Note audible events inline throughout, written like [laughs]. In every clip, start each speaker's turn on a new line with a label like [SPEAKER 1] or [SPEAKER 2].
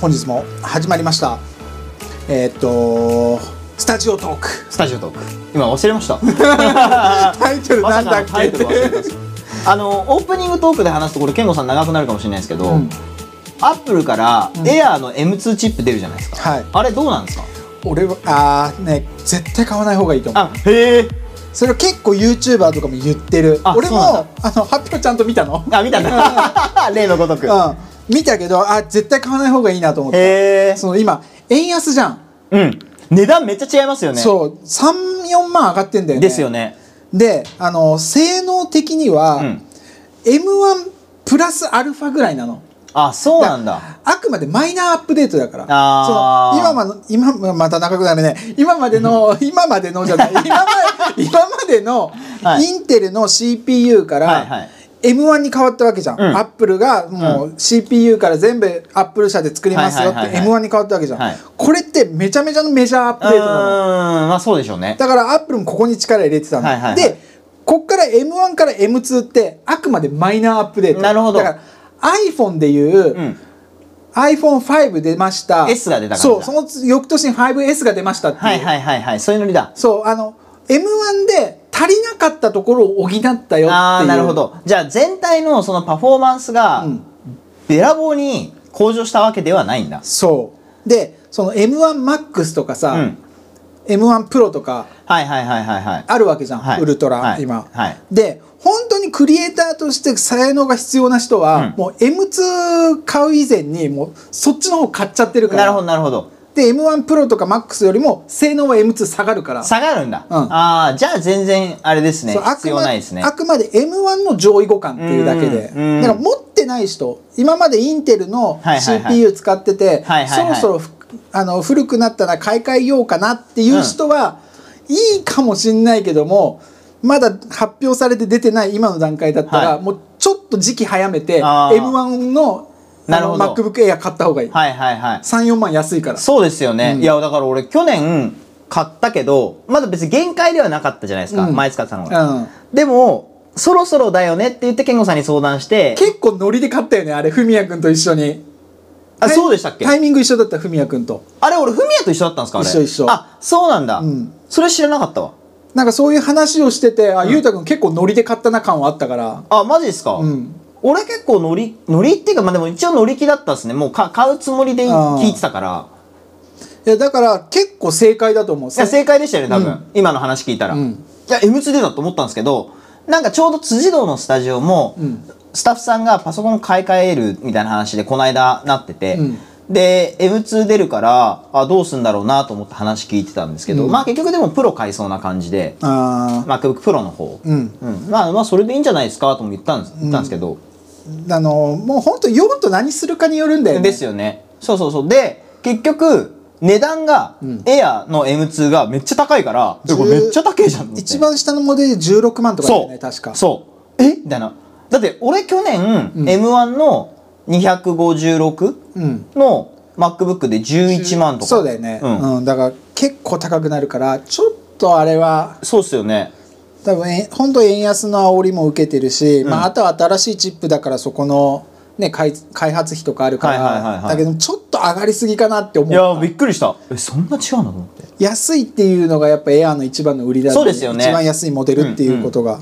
[SPEAKER 1] 本日も始まりましたえーっとスタジオトーク
[SPEAKER 2] スタジオトーク今忘れました [laughs]
[SPEAKER 1] タイトル
[SPEAKER 2] ま
[SPEAKER 1] な
[SPEAKER 2] さ
[SPEAKER 1] んだ
[SPEAKER 2] か
[SPEAKER 1] っ
[SPEAKER 2] のタ
[SPEAKER 1] けっ
[SPEAKER 2] イトル忘れて
[SPEAKER 1] て
[SPEAKER 2] ますあのオープニングトークで話すとこれ健吾さん長くなるかもしれないですけど、
[SPEAKER 1] うん
[SPEAKER 2] アップルからエアーの M2 チップ出るじゃないですか、
[SPEAKER 1] はい
[SPEAKER 2] あれどうなんですか
[SPEAKER 1] 俺はあーね絶対買わない方がいいと思う
[SPEAKER 2] あへえ
[SPEAKER 1] それを結構 YouTuber とかも言ってる
[SPEAKER 2] あ
[SPEAKER 1] 俺も
[SPEAKER 2] そうな
[SPEAKER 1] あ
[SPEAKER 2] ん
[SPEAKER 1] の発表ちゃんと見たの
[SPEAKER 2] あ見たん [laughs] だ例のごとく
[SPEAKER 1] うん見たけどあ絶対買わない方がいいなと思って
[SPEAKER 2] へえ
[SPEAKER 1] その今円安じゃん、
[SPEAKER 2] うん値段めっちゃ違いますよね
[SPEAKER 1] そう34万上がってんだよね
[SPEAKER 2] ですよね
[SPEAKER 1] であの性能的には、
[SPEAKER 2] うん
[SPEAKER 1] M1 プラスアルファぐらいなの
[SPEAKER 2] あそうなんだ
[SPEAKER 1] あくまでマイナーアップデートだから
[SPEAKER 2] あー
[SPEAKER 1] その今まの今ままた長くなるね今までの [laughs] 今までのじ
[SPEAKER 2] [laughs]
[SPEAKER 1] ゃない今ま今までの、
[SPEAKER 2] はい
[SPEAKER 1] インテルの CPU から、
[SPEAKER 2] はいはい
[SPEAKER 1] M1 に変わったわけじゃん、
[SPEAKER 2] うん
[SPEAKER 1] アップルがもう CPU から全部アップル社で作りますよって
[SPEAKER 2] はいはいはいは
[SPEAKER 1] M1 に変わったわけじゃん、
[SPEAKER 2] はい
[SPEAKER 1] これってめちゃめちゃのメジャーアップ
[SPEAKER 2] うー
[SPEAKER 1] デートなの
[SPEAKER 2] んまあそうでしょうね
[SPEAKER 1] だからアップルもここに力入れてたの、
[SPEAKER 2] はいはいはい
[SPEAKER 1] でこっから M1 から M2 ってあくまでマイナーアップデート
[SPEAKER 2] なるほど
[SPEAKER 1] だから iPhone でいう、
[SPEAKER 2] うん
[SPEAKER 1] iPhone5 出ました。
[SPEAKER 2] S が出たから
[SPEAKER 1] そう、その翌年に 5S が出ましたっていう。
[SPEAKER 2] はいはいはいはいそういうノリだ
[SPEAKER 1] そう、あの、M1 で足りなかったところを補ったよっていう。
[SPEAKER 2] ああなるほ。どじゃあ全体のそのパフォーマンスが
[SPEAKER 1] うん
[SPEAKER 2] べらぼうに向上したわけではないんだ、
[SPEAKER 1] そう。で、その M1MAX とかさ、
[SPEAKER 2] うん
[SPEAKER 1] M1Pro とか
[SPEAKER 2] はいはいはいはいはい
[SPEAKER 1] あるわけじゃん、
[SPEAKER 2] はい
[SPEAKER 1] ウルトラ、
[SPEAKER 2] はい
[SPEAKER 1] 今。
[SPEAKER 2] はい
[SPEAKER 1] で、本当にクリエイターとして才能が必要な人は、
[SPEAKER 2] うん
[SPEAKER 1] もう M2 買う以前に、もうそっちの方買っちゃってるから。
[SPEAKER 2] なるほどなるほど
[SPEAKER 1] で、M1Pro とか MAX よりも性能は M2 下がるから。
[SPEAKER 2] 下がるんだ、
[SPEAKER 1] うん
[SPEAKER 2] ああじゃあ全然あれですね
[SPEAKER 1] そうあく
[SPEAKER 2] 必要
[SPEAKER 1] ま
[SPEAKER 2] ないですね
[SPEAKER 1] あくまで M1 の上位互換っていうだけで、
[SPEAKER 2] うんうん
[SPEAKER 1] だから持ってない人今までインテルの
[SPEAKER 2] はいはいはい
[SPEAKER 1] CPU 使ってて、
[SPEAKER 2] はいはいはい
[SPEAKER 1] そろそろふあの古くなったら買い替えようかなっていう人は、いいかもしんないけどもまだ発表されて出てない今の段階だったら、
[SPEAKER 2] は
[SPEAKER 1] もうちょっと時期早めて
[SPEAKER 2] あー
[SPEAKER 1] M1 のあ
[SPEAKER 2] なる
[SPEAKER 1] の
[SPEAKER 2] ほど
[SPEAKER 1] MacBook Air 買った方がいい、
[SPEAKER 2] はいはいはい
[SPEAKER 1] 34万安いから
[SPEAKER 2] そうですよね、
[SPEAKER 1] うん
[SPEAKER 2] いやだから俺去年買ったけどまだ別に限界ではなかったじゃないですか、
[SPEAKER 1] うん
[SPEAKER 2] 前使ってたのが、
[SPEAKER 1] うん、
[SPEAKER 2] でもそろそろだよねって言って健吾さんに相談して
[SPEAKER 1] 結構ノリで買ったよねあれ文也君と一緒に
[SPEAKER 2] あそうでしたっけ
[SPEAKER 1] タイミング一緒だった文也君と。
[SPEAKER 2] あれ俺フミヤと一緒だったんですかあれ
[SPEAKER 1] 一緒一緒
[SPEAKER 2] あそうなんだ、
[SPEAKER 1] うん
[SPEAKER 2] それ知らなかったわ
[SPEAKER 1] なんかそういう話をしてて、あ、ゆうたくん結構ノリで買ったな感はあったから。
[SPEAKER 2] あマジですか、
[SPEAKER 1] うん。
[SPEAKER 2] 俺結構乗り乗りっていうかまあでも一応乗り気だったっすねもうか買うつもりで
[SPEAKER 1] あー
[SPEAKER 2] 聞いてたから
[SPEAKER 1] いや、だから結構正解だと思う。
[SPEAKER 2] いや正解でしたよね多分、今の話聞いたら、
[SPEAKER 1] うん
[SPEAKER 2] いや M2 出たと思ったんですけどなんかちょうど辻堂のスタジオも、
[SPEAKER 1] うん
[SPEAKER 2] スタッフさんがパソコン買い替えるみたいな話でこの間なってて、
[SPEAKER 1] うん
[SPEAKER 2] で M2 出るからあどうすんだろうなと思って話聞いてたんですけど、
[SPEAKER 1] うん
[SPEAKER 2] まあ結局でもプロ買いそうな感じで
[SPEAKER 1] あ
[SPEAKER 2] MacBook Pro の方、
[SPEAKER 1] ーうん。
[SPEAKER 2] うん、まあまあそれでいいんじゃないですかとも言ったんです言ったんですけど、
[SPEAKER 1] あの、もう本当用途何するかによるんだよね。
[SPEAKER 2] ですよねそうそうそうで結局値段が、エアの M2 がめっちゃ高いからえ
[SPEAKER 1] 10
[SPEAKER 2] これめっちゃ高いじゃんと思って
[SPEAKER 1] 一番下のモデルで16万とかだ
[SPEAKER 2] そ
[SPEAKER 1] よ
[SPEAKER 2] う、
[SPEAKER 1] ね、確か。
[SPEAKER 2] そうえみたいなだって俺去年、M1 の256
[SPEAKER 1] うん。
[SPEAKER 2] の MacBook で11万とか
[SPEAKER 1] そうだよね。
[SPEAKER 2] うん
[SPEAKER 1] うん。だから結構高くなるから、ちょっとあれは、
[SPEAKER 2] そうっすよね
[SPEAKER 1] 多分え本当円安の煽りも受けてるし、まあ、あとは新しいチップだからそこの、ね、開開発費とかあるから、
[SPEAKER 2] はいはいはいは
[SPEAKER 1] だ
[SPEAKER 2] い
[SPEAKER 1] けどちょっと上がりすぎかなって思
[SPEAKER 2] いうやびっくりしたえそんな違うのと思って
[SPEAKER 1] 安いっていうのがやっぱエアーの一番の売りだ
[SPEAKER 2] そうですよね
[SPEAKER 1] 一番安いモデルっていうことが、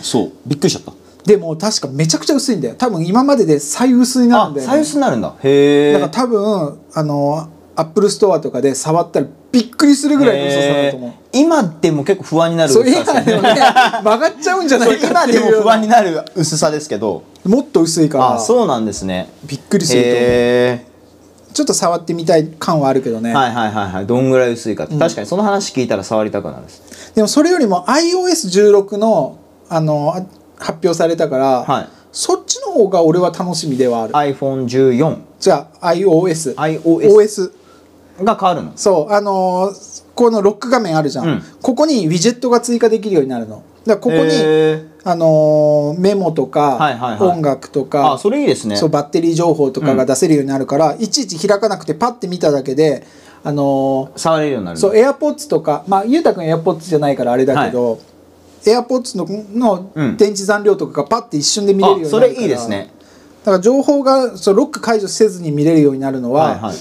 [SPEAKER 2] そうびっくりしちゃっ
[SPEAKER 1] でも確かめちゃくちゃ薄いんだよ多分今までで最薄になる
[SPEAKER 2] あ
[SPEAKER 1] んだよ、ね、
[SPEAKER 2] 最薄になるんだへえ
[SPEAKER 1] だから多分あのアップルストアとかで触ったらびっくりするぐらいの薄さだと思う、
[SPEAKER 2] 今でも結構不安になる
[SPEAKER 1] そう
[SPEAKER 2] 薄
[SPEAKER 1] い
[SPEAKER 2] さです
[SPEAKER 1] や
[SPEAKER 2] よね
[SPEAKER 1] でもね曲がっちゃうん
[SPEAKER 2] [laughs]
[SPEAKER 1] じゃないか
[SPEAKER 2] 今
[SPEAKER 1] って
[SPEAKER 2] で
[SPEAKER 1] いう
[SPEAKER 2] も
[SPEAKER 1] よう
[SPEAKER 2] 不
[SPEAKER 1] な
[SPEAKER 2] 安になる薄さですけど
[SPEAKER 1] もっと薄いから
[SPEAKER 2] あそうなんですね
[SPEAKER 1] びっくりすると思う
[SPEAKER 2] へ
[SPEAKER 1] ちょっと触ってみたい感はあるけどね、
[SPEAKER 2] ーはいはいはいはいどんぐらい薄いかって、確かにその話聞いたら触りたくなるです
[SPEAKER 1] でもそれよりも iOS16 のあのあ発表されたから、
[SPEAKER 2] はい
[SPEAKER 1] そっちの方が俺は楽しみではある
[SPEAKER 2] iPhone14
[SPEAKER 1] じゃあ iOS
[SPEAKER 2] iOS
[SPEAKER 1] OS
[SPEAKER 2] が変わるの
[SPEAKER 1] そうあのーこのロック画面あるじゃん、
[SPEAKER 2] うん
[SPEAKER 1] ここにウィジェットが追加できるようになるのだからここに、
[SPEAKER 2] へー
[SPEAKER 1] あのーメモとか、
[SPEAKER 2] はいはいはい
[SPEAKER 1] 音楽とか
[SPEAKER 2] あそれいいですね
[SPEAKER 1] そうバッテリー情報とかが出せるようになるから、いちいち開かなくてパッて見ただけであのー
[SPEAKER 2] 触れるようになる
[SPEAKER 1] そう AirPods とかまあゆうたくん AirPods じゃないからあれだけど、AirPods の
[SPEAKER 2] うん
[SPEAKER 1] の電池残量とかがパッて一瞬で見れるようになるから、
[SPEAKER 2] あそれいいですね
[SPEAKER 1] から情報がそうロック解除せずに見れるようになるの
[SPEAKER 3] はいは
[SPEAKER 1] はい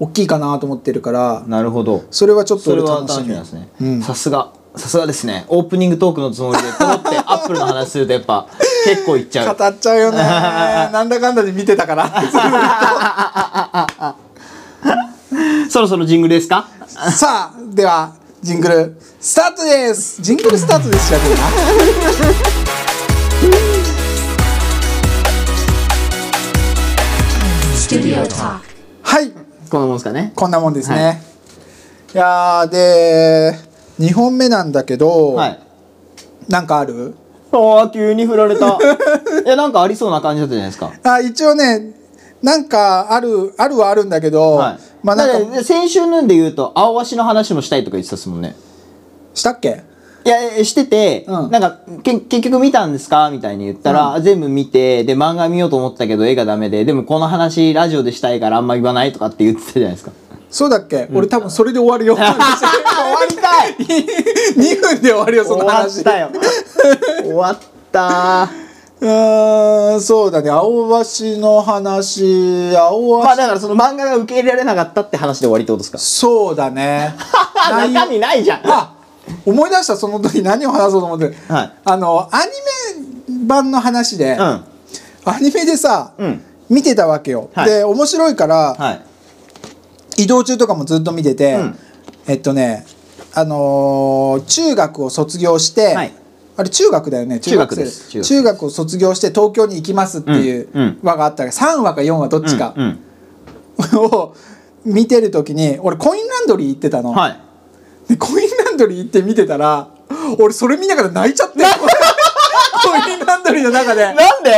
[SPEAKER 1] 大きいかなと思ってるから
[SPEAKER 3] なるほど
[SPEAKER 1] それはちょっと
[SPEAKER 3] それ
[SPEAKER 1] 俺
[SPEAKER 3] は
[SPEAKER 1] 楽
[SPEAKER 3] 楽し
[SPEAKER 1] し
[SPEAKER 3] み
[SPEAKER 1] み
[SPEAKER 3] なんですね
[SPEAKER 1] うん
[SPEAKER 3] さすがさすがですねオープニングトークのつもりでポロって
[SPEAKER 1] [laughs]
[SPEAKER 3] アップルの話するとやっぱ結構いっちゃう
[SPEAKER 1] 語っちゃう
[SPEAKER 3] [laughs]
[SPEAKER 1] よねなんだかんだで見てたから
[SPEAKER 3] そろそろジングルですか
[SPEAKER 1] さあではジングルスタートですジングルスタートですじゃね
[SPEAKER 3] [laughs]
[SPEAKER 1] えなはい
[SPEAKER 3] このもんですかね
[SPEAKER 1] こんなもんです
[SPEAKER 3] は
[SPEAKER 1] ね、い、やーで2本目なんだけど、
[SPEAKER 3] はい
[SPEAKER 1] なんかある
[SPEAKER 3] ああ急に振られ
[SPEAKER 1] [laughs]
[SPEAKER 3] たいやなんかありそうな感じだったじゃないですか
[SPEAKER 1] あ一応ねなんかあるあるはあるんだけど、
[SPEAKER 3] はい
[SPEAKER 1] まあな
[SPEAKER 3] だ
[SPEAKER 1] ん
[SPEAKER 3] か
[SPEAKER 1] から
[SPEAKER 3] 先週のんで言うと青足の話もしたいとか言ってたっすもんね
[SPEAKER 1] したっけ
[SPEAKER 3] いやえしてて、
[SPEAKER 1] うん
[SPEAKER 3] なんかけ結局見たんですかみたいに言ったら、全部見てで漫画見ようと思ったけど絵がダメででもこの話ラジオでしたいからあんま言わないとかって言ってたじゃないですか
[SPEAKER 1] そうだっけ、俺多分それで終わる
[SPEAKER 3] [laughs]
[SPEAKER 1] よ
[SPEAKER 3] 終わりたい
[SPEAKER 1] 2分で終わるよその
[SPEAKER 3] [laughs] 終わっ
[SPEAKER 1] 話
[SPEAKER 3] たよ [laughs] 終わった
[SPEAKER 1] うーんそうだね青橋の話青橋、
[SPEAKER 3] まあだからその漫画が受け入れられなかったって話で終わりってことです
[SPEAKER 1] そう
[SPEAKER 3] [laughs]
[SPEAKER 1] だね
[SPEAKER 3] か
[SPEAKER 1] 内容
[SPEAKER 3] 中身ないじゃん
[SPEAKER 1] あ思い出したその時何を話そうと思って、
[SPEAKER 3] はい
[SPEAKER 1] あのアニメ版の話で、
[SPEAKER 3] うん
[SPEAKER 1] アニメでさ、
[SPEAKER 3] うん
[SPEAKER 1] 見てたわけよ、
[SPEAKER 3] はい
[SPEAKER 1] で面白いから、
[SPEAKER 3] はい
[SPEAKER 1] 移動中とかもずっと見てて、
[SPEAKER 3] うん
[SPEAKER 1] えっとねあのー中学を卒業して、
[SPEAKER 3] はい
[SPEAKER 1] あれ中学だよね
[SPEAKER 3] 中学
[SPEAKER 1] 生
[SPEAKER 3] です中学です
[SPEAKER 1] 中学を卒業して東京に行きますっていう
[SPEAKER 3] うんうん
[SPEAKER 1] 話があったら3話か4話どっちか
[SPEAKER 3] うんうん
[SPEAKER 1] [laughs] を見てる時に俺コインランドリー行ってたの、
[SPEAKER 3] はい
[SPEAKER 1] でコインランドリー行って見てたら俺それ見ながら泣い
[SPEAKER 3] [laughs]
[SPEAKER 1] ちゃってコインランドリーの中で
[SPEAKER 3] なんで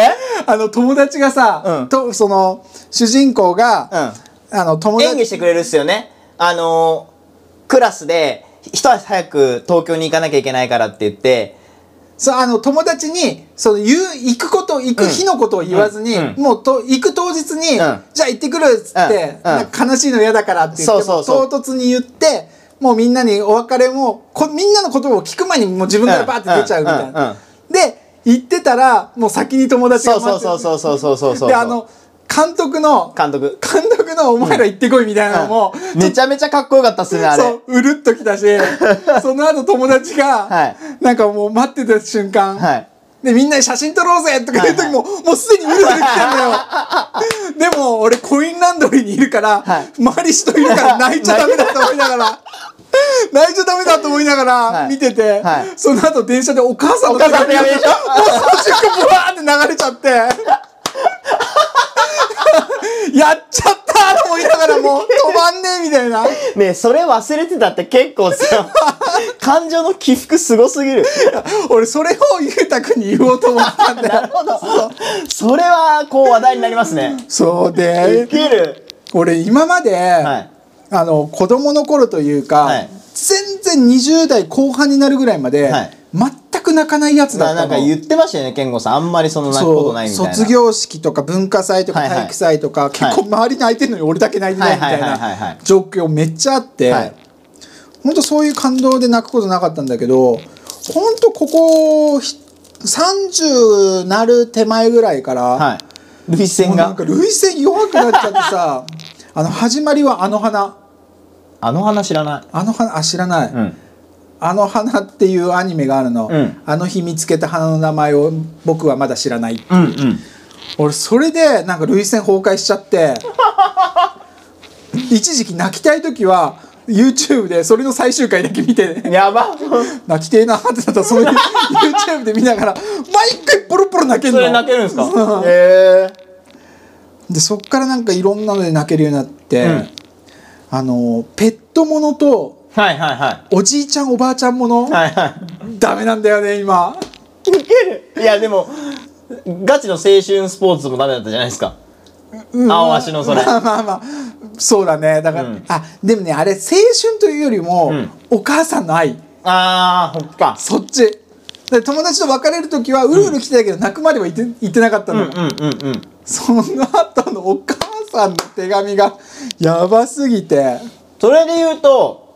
[SPEAKER 1] あの友達がさ、
[SPEAKER 3] うん
[SPEAKER 1] とその主人公が、あの友達
[SPEAKER 2] 演技してくれるっすよねあのークラスで一足早く東京に行かなきゃいけないからって言って
[SPEAKER 1] そうあの友達にその言う行くこと行く日のことを言わずに、
[SPEAKER 2] うん
[SPEAKER 1] もうと行く当日に、じゃあ行ってくるっつって、
[SPEAKER 2] うんうん
[SPEAKER 1] なんか悲しいの嫌だからって言って
[SPEAKER 2] そうそうそう
[SPEAKER 1] も唐突に言ってもうみんなにお別れもこみんなの言葉を聞く前にもう自分からバーって出ちゃうみたいな。
[SPEAKER 2] うんうんうん
[SPEAKER 1] で行ってたらもう先に友達が
[SPEAKER 2] そう
[SPEAKER 1] 待って
[SPEAKER 2] そう
[SPEAKER 1] て
[SPEAKER 2] そうそうそうそうそうそう
[SPEAKER 1] であの監督の
[SPEAKER 2] 監督
[SPEAKER 1] 監督の「お前ら行ってこい」みたいなのも、
[SPEAKER 2] めちゃめちゃかっこよかったっすねあれ
[SPEAKER 1] そううるっとき
[SPEAKER 2] [laughs]
[SPEAKER 1] たしその後友達が、
[SPEAKER 2] はい
[SPEAKER 1] なんかもう待ってた瞬間、
[SPEAKER 2] はい
[SPEAKER 1] でみんなで写真撮ろうぜとかいう時も、もうすでにうるうる来て
[SPEAKER 2] [laughs]
[SPEAKER 1] んだよでも俺コインランドリーにいるから、
[SPEAKER 2] はい
[SPEAKER 1] 周り人いる
[SPEAKER 2] [laughs]
[SPEAKER 1] から泣いちゃダメだと思いながら泣いちゃダメだと思いながら
[SPEAKER 2] はい
[SPEAKER 1] 見てて、
[SPEAKER 2] はい
[SPEAKER 1] その後電車でお母さんの
[SPEAKER 2] お母さんの手紙でしょ
[SPEAKER 1] もうその瞬間ブワーって流れち [laughs] ゃって。やっちゃったと思いながらもう止まんねえみたいな。
[SPEAKER 2] ねえそれ忘れてたって結構 [laughs] さ感情の起伏すごすぎる
[SPEAKER 1] 俺それをゆうたくんに言おうと思った
[SPEAKER 2] [laughs]
[SPEAKER 1] んだよ
[SPEAKER 2] それはこう話題になりますね
[SPEAKER 1] そう
[SPEAKER 2] ウ
[SPEAKER 1] で
[SPEAKER 2] ケる
[SPEAKER 1] 俺今まで、
[SPEAKER 2] はい
[SPEAKER 1] あの子供の頃というか、
[SPEAKER 2] はい
[SPEAKER 1] 全然20代後半になるぐらいまで、
[SPEAKER 2] はい
[SPEAKER 1] 全く泣かないやつだ
[SPEAKER 2] な
[SPEAKER 1] った
[SPEAKER 2] な
[SPEAKER 1] の
[SPEAKER 2] んか言ってましたよね健吾さんあんまりその泣くことないみたい
[SPEAKER 1] そう
[SPEAKER 2] な
[SPEAKER 1] 卒業式とか文化祭とか
[SPEAKER 2] はいはい
[SPEAKER 1] 体育祭とか、結構周り泣いてるのに俺だけ泣いてないみたい
[SPEAKER 2] はいはいはいはいは
[SPEAKER 1] ない状況めっちゃあって、
[SPEAKER 2] はい
[SPEAKER 1] ほんとそういう感動で泣くことなかったんだけどほんとここひ30なる手前ぐらいから、
[SPEAKER 2] はい涙
[SPEAKER 1] も
[SPEAKER 2] 腺
[SPEAKER 1] うなん
[SPEAKER 2] が
[SPEAKER 1] か涙腺弱くなっちゃって
[SPEAKER 2] [laughs]
[SPEAKER 1] さあの始まりはあの花
[SPEAKER 2] あの花知らな
[SPEAKER 1] あの花あ知らない、
[SPEAKER 2] いうん
[SPEAKER 1] あの花っていうアニメがあるの、
[SPEAKER 2] うん
[SPEAKER 1] あの日見つけた花の名前を僕はまだ知らない
[SPEAKER 2] うんうん
[SPEAKER 1] 俺それでなんか涙腺崩壊しちゃって
[SPEAKER 2] [laughs]
[SPEAKER 1] 一時期泣きたい時は YouTube でそれの最終回だけ見て
[SPEAKER 2] やば
[SPEAKER 1] 泣きてえなってなったらその YouTube で見ながら毎回ポロポロ泣けるの
[SPEAKER 2] それ泣けるんです
[SPEAKER 1] そ
[SPEAKER 2] か
[SPEAKER 1] う
[SPEAKER 2] へえ
[SPEAKER 1] でそっからなんかいろんなので泣けるようになって、
[SPEAKER 2] うん
[SPEAKER 1] あのペットものと
[SPEAKER 2] はいはいは
[SPEAKER 1] おじいちゃんおばあちゃんもの、
[SPEAKER 2] いはいは
[SPEAKER 1] ダメなんだよね今
[SPEAKER 2] いいやでもガチの青春スポーツもダメだったじゃないですか
[SPEAKER 1] うん
[SPEAKER 2] 青足のそれ
[SPEAKER 1] まあまあまあそうだねだから、
[SPEAKER 2] うん
[SPEAKER 1] あでもねあれ青春というよりも、
[SPEAKER 2] ん
[SPEAKER 1] お母さんの愛
[SPEAKER 2] あーほっか
[SPEAKER 1] そっちで友達と別れる時はうるうる来てたけど、泣くまでは行って行ってなかった
[SPEAKER 2] うん
[SPEAKER 1] の、
[SPEAKER 2] うんうんうん
[SPEAKER 1] その後のお
[SPEAKER 2] [laughs]
[SPEAKER 1] 母さんの手紙がやばすぎて
[SPEAKER 2] それで言うと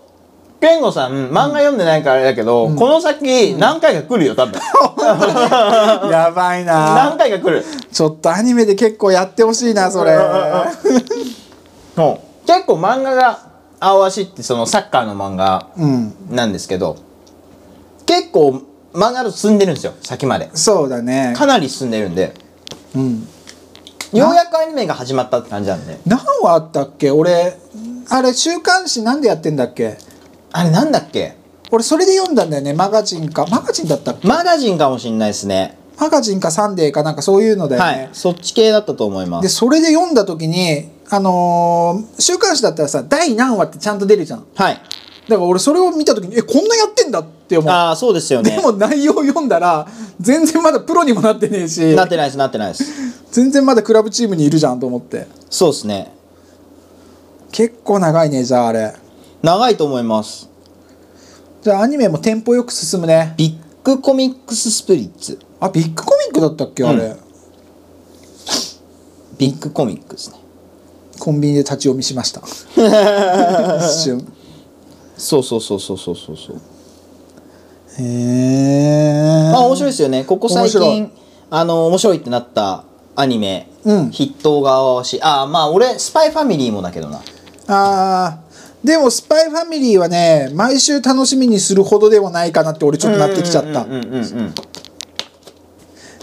[SPEAKER 2] 健吾さん、漫画読んでないからあれだけど、この先、何回か来るよ、多分。
[SPEAKER 1] やばい
[SPEAKER 2] 何
[SPEAKER 1] な
[SPEAKER 2] 回か来る。
[SPEAKER 1] ちょっとアニメで結構やってほしいなそれ
[SPEAKER 2] そう結構漫画が、青足ってそのサッカーの漫画
[SPEAKER 1] うん
[SPEAKER 2] なんですけど、結構漫画だと進んでるんですよ、先まで。
[SPEAKER 1] そうだね
[SPEAKER 2] かなり進んでるんで、
[SPEAKER 1] うん
[SPEAKER 2] ようやくアニメが始まったって感じなんで。
[SPEAKER 1] 何話あったっけ俺あれ週刊誌なんでやってんだっけ
[SPEAKER 2] あれなんだっけ
[SPEAKER 1] 俺それで読んだんだよねマガジンかマガジンだったっけ
[SPEAKER 2] マガジンかもしんないですね。
[SPEAKER 1] マガジンかサンデーかなんかそういうのだよ
[SPEAKER 2] は
[SPEAKER 1] ね
[SPEAKER 2] い。、そっち系だったと思いま。
[SPEAKER 1] ですそれで読んだ時にあのー週刊誌だったらさ第何話ってちゃんと出るじゃんだか
[SPEAKER 2] はい。
[SPEAKER 1] ら俺それを見た時にえこんなやってんだって思う
[SPEAKER 2] ああ、そうですよね
[SPEAKER 1] で。も内容読んだら全然まだプロにもなってねえし
[SPEAKER 2] なってないです、なってないです。
[SPEAKER 1] 全然まだクラブチームにいるじゃんと思って
[SPEAKER 2] そうですね。
[SPEAKER 1] 結構長いねじゃああれ
[SPEAKER 2] 長いと思います。
[SPEAKER 1] じゃあアニメもテンポよく進むね
[SPEAKER 2] ビッグコミックススプリッツ。
[SPEAKER 1] あビッグコミックだったっけあれ、
[SPEAKER 2] うビッグコミックですね。
[SPEAKER 1] コンビニで立ち読みしました
[SPEAKER 2] [laughs]
[SPEAKER 1] 一瞬
[SPEAKER 2] そうそうそうそうそうそうそう。
[SPEAKER 1] へえ
[SPEAKER 2] まあ面白いですよね。ここ最
[SPEAKER 1] 面白
[SPEAKER 2] 近、あの、面白いってなったアニメ、
[SPEAKER 1] うん
[SPEAKER 2] 筆頭が合わし、ああ、まあ俺、スパイファミリーもだけどな。
[SPEAKER 1] あーでも「スパイファミリーはね毎週楽しみにするほどではないかなって俺ちょっとなってきちゃった
[SPEAKER 2] うんうんうんうん。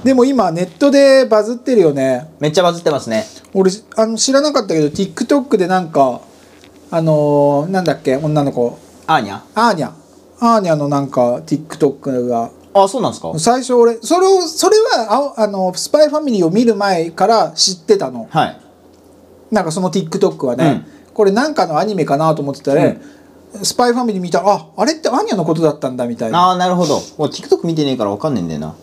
[SPEAKER 1] でも今ネットでバズってるよね
[SPEAKER 2] めっちゃバズってますね。
[SPEAKER 1] 俺あの知らなかったけど TikTok でなんかあのーなんだっけ女の子
[SPEAKER 2] アーニャ
[SPEAKER 1] アーニャアーニャのなんか TikTok が
[SPEAKER 2] あ、そうなんですか
[SPEAKER 1] 最初俺それをそれはああのスパイファミリーを見る前から知ってたの
[SPEAKER 2] はい。
[SPEAKER 1] なんかその TikTok はね、これなんかのアニメかなと思ってたら、スパイファミリー見たらああれってアニャのことだったんだみたいな
[SPEAKER 2] ああ、なるほど。もう TikTok 見てねえからわかんねえんだよな。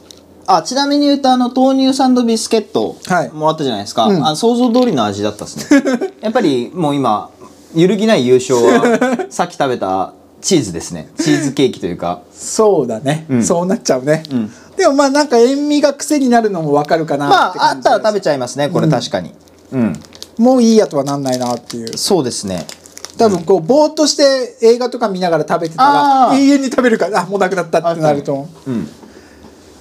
[SPEAKER 2] あ、ちなみに言うと、あの、豆乳サンドビスケット
[SPEAKER 1] はい
[SPEAKER 2] もらったじゃないですか。
[SPEAKER 1] うん
[SPEAKER 2] あ想像通りの味だったっす [laughs] ね。やっぱりもう今、揺るぎない優勝は、さっき食べたチーズですね。チーズケーキというか。
[SPEAKER 1] そうだね、
[SPEAKER 2] うん
[SPEAKER 1] そうなっちゃうね、
[SPEAKER 2] うん
[SPEAKER 1] でもまあなんか塩味が癖になるのもわかるかな
[SPEAKER 2] [laughs] ま
[SPEAKER 1] って
[SPEAKER 2] あ、あ
[SPEAKER 1] 感
[SPEAKER 2] っ
[SPEAKER 1] じ、
[SPEAKER 2] たら食べちゃいますね、これ確かに。うん。
[SPEAKER 1] もういいやとはなんないなっていう
[SPEAKER 2] そうですね。
[SPEAKER 1] 多分こうぼーっとして映画とか見ながら食べてたら、
[SPEAKER 2] あー
[SPEAKER 1] 永遠に食べるからあもうなくなったってなると思う
[SPEAKER 2] うん。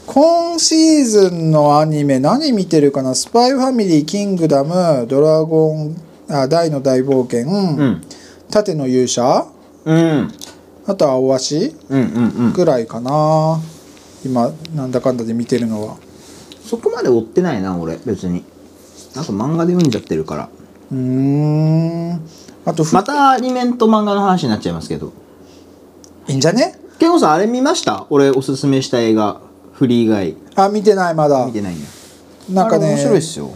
[SPEAKER 1] 今シーズンのアニメ何見てるかな「スパイファミリーキングダム」「ドラゴン」あ「大の大冒険」
[SPEAKER 2] うん。
[SPEAKER 1] 盾の勇者」
[SPEAKER 2] うん。
[SPEAKER 1] あとは「青足
[SPEAKER 2] うんうんうん。
[SPEAKER 1] ぐらいかな今なんだかんだで見てるのは
[SPEAKER 2] そこまで追ってないな、俺、別に。なんか漫画で読んじゃってるから。
[SPEAKER 1] うーんあとふ、
[SPEAKER 2] またアニメと漫画の話になっちゃいますけど。
[SPEAKER 1] いいんじゃね
[SPEAKER 2] ケンゴさんあれ見ました俺おすすめした映画フリー以外
[SPEAKER 1] あ見てないまだ
[SPEAKER 2] 見てないんだ
[SPEAKER 1] なんか
[SPEAKER 2] あれ
[SPEAKER 1] ね
[SPEAKER 2] 面白いっすよ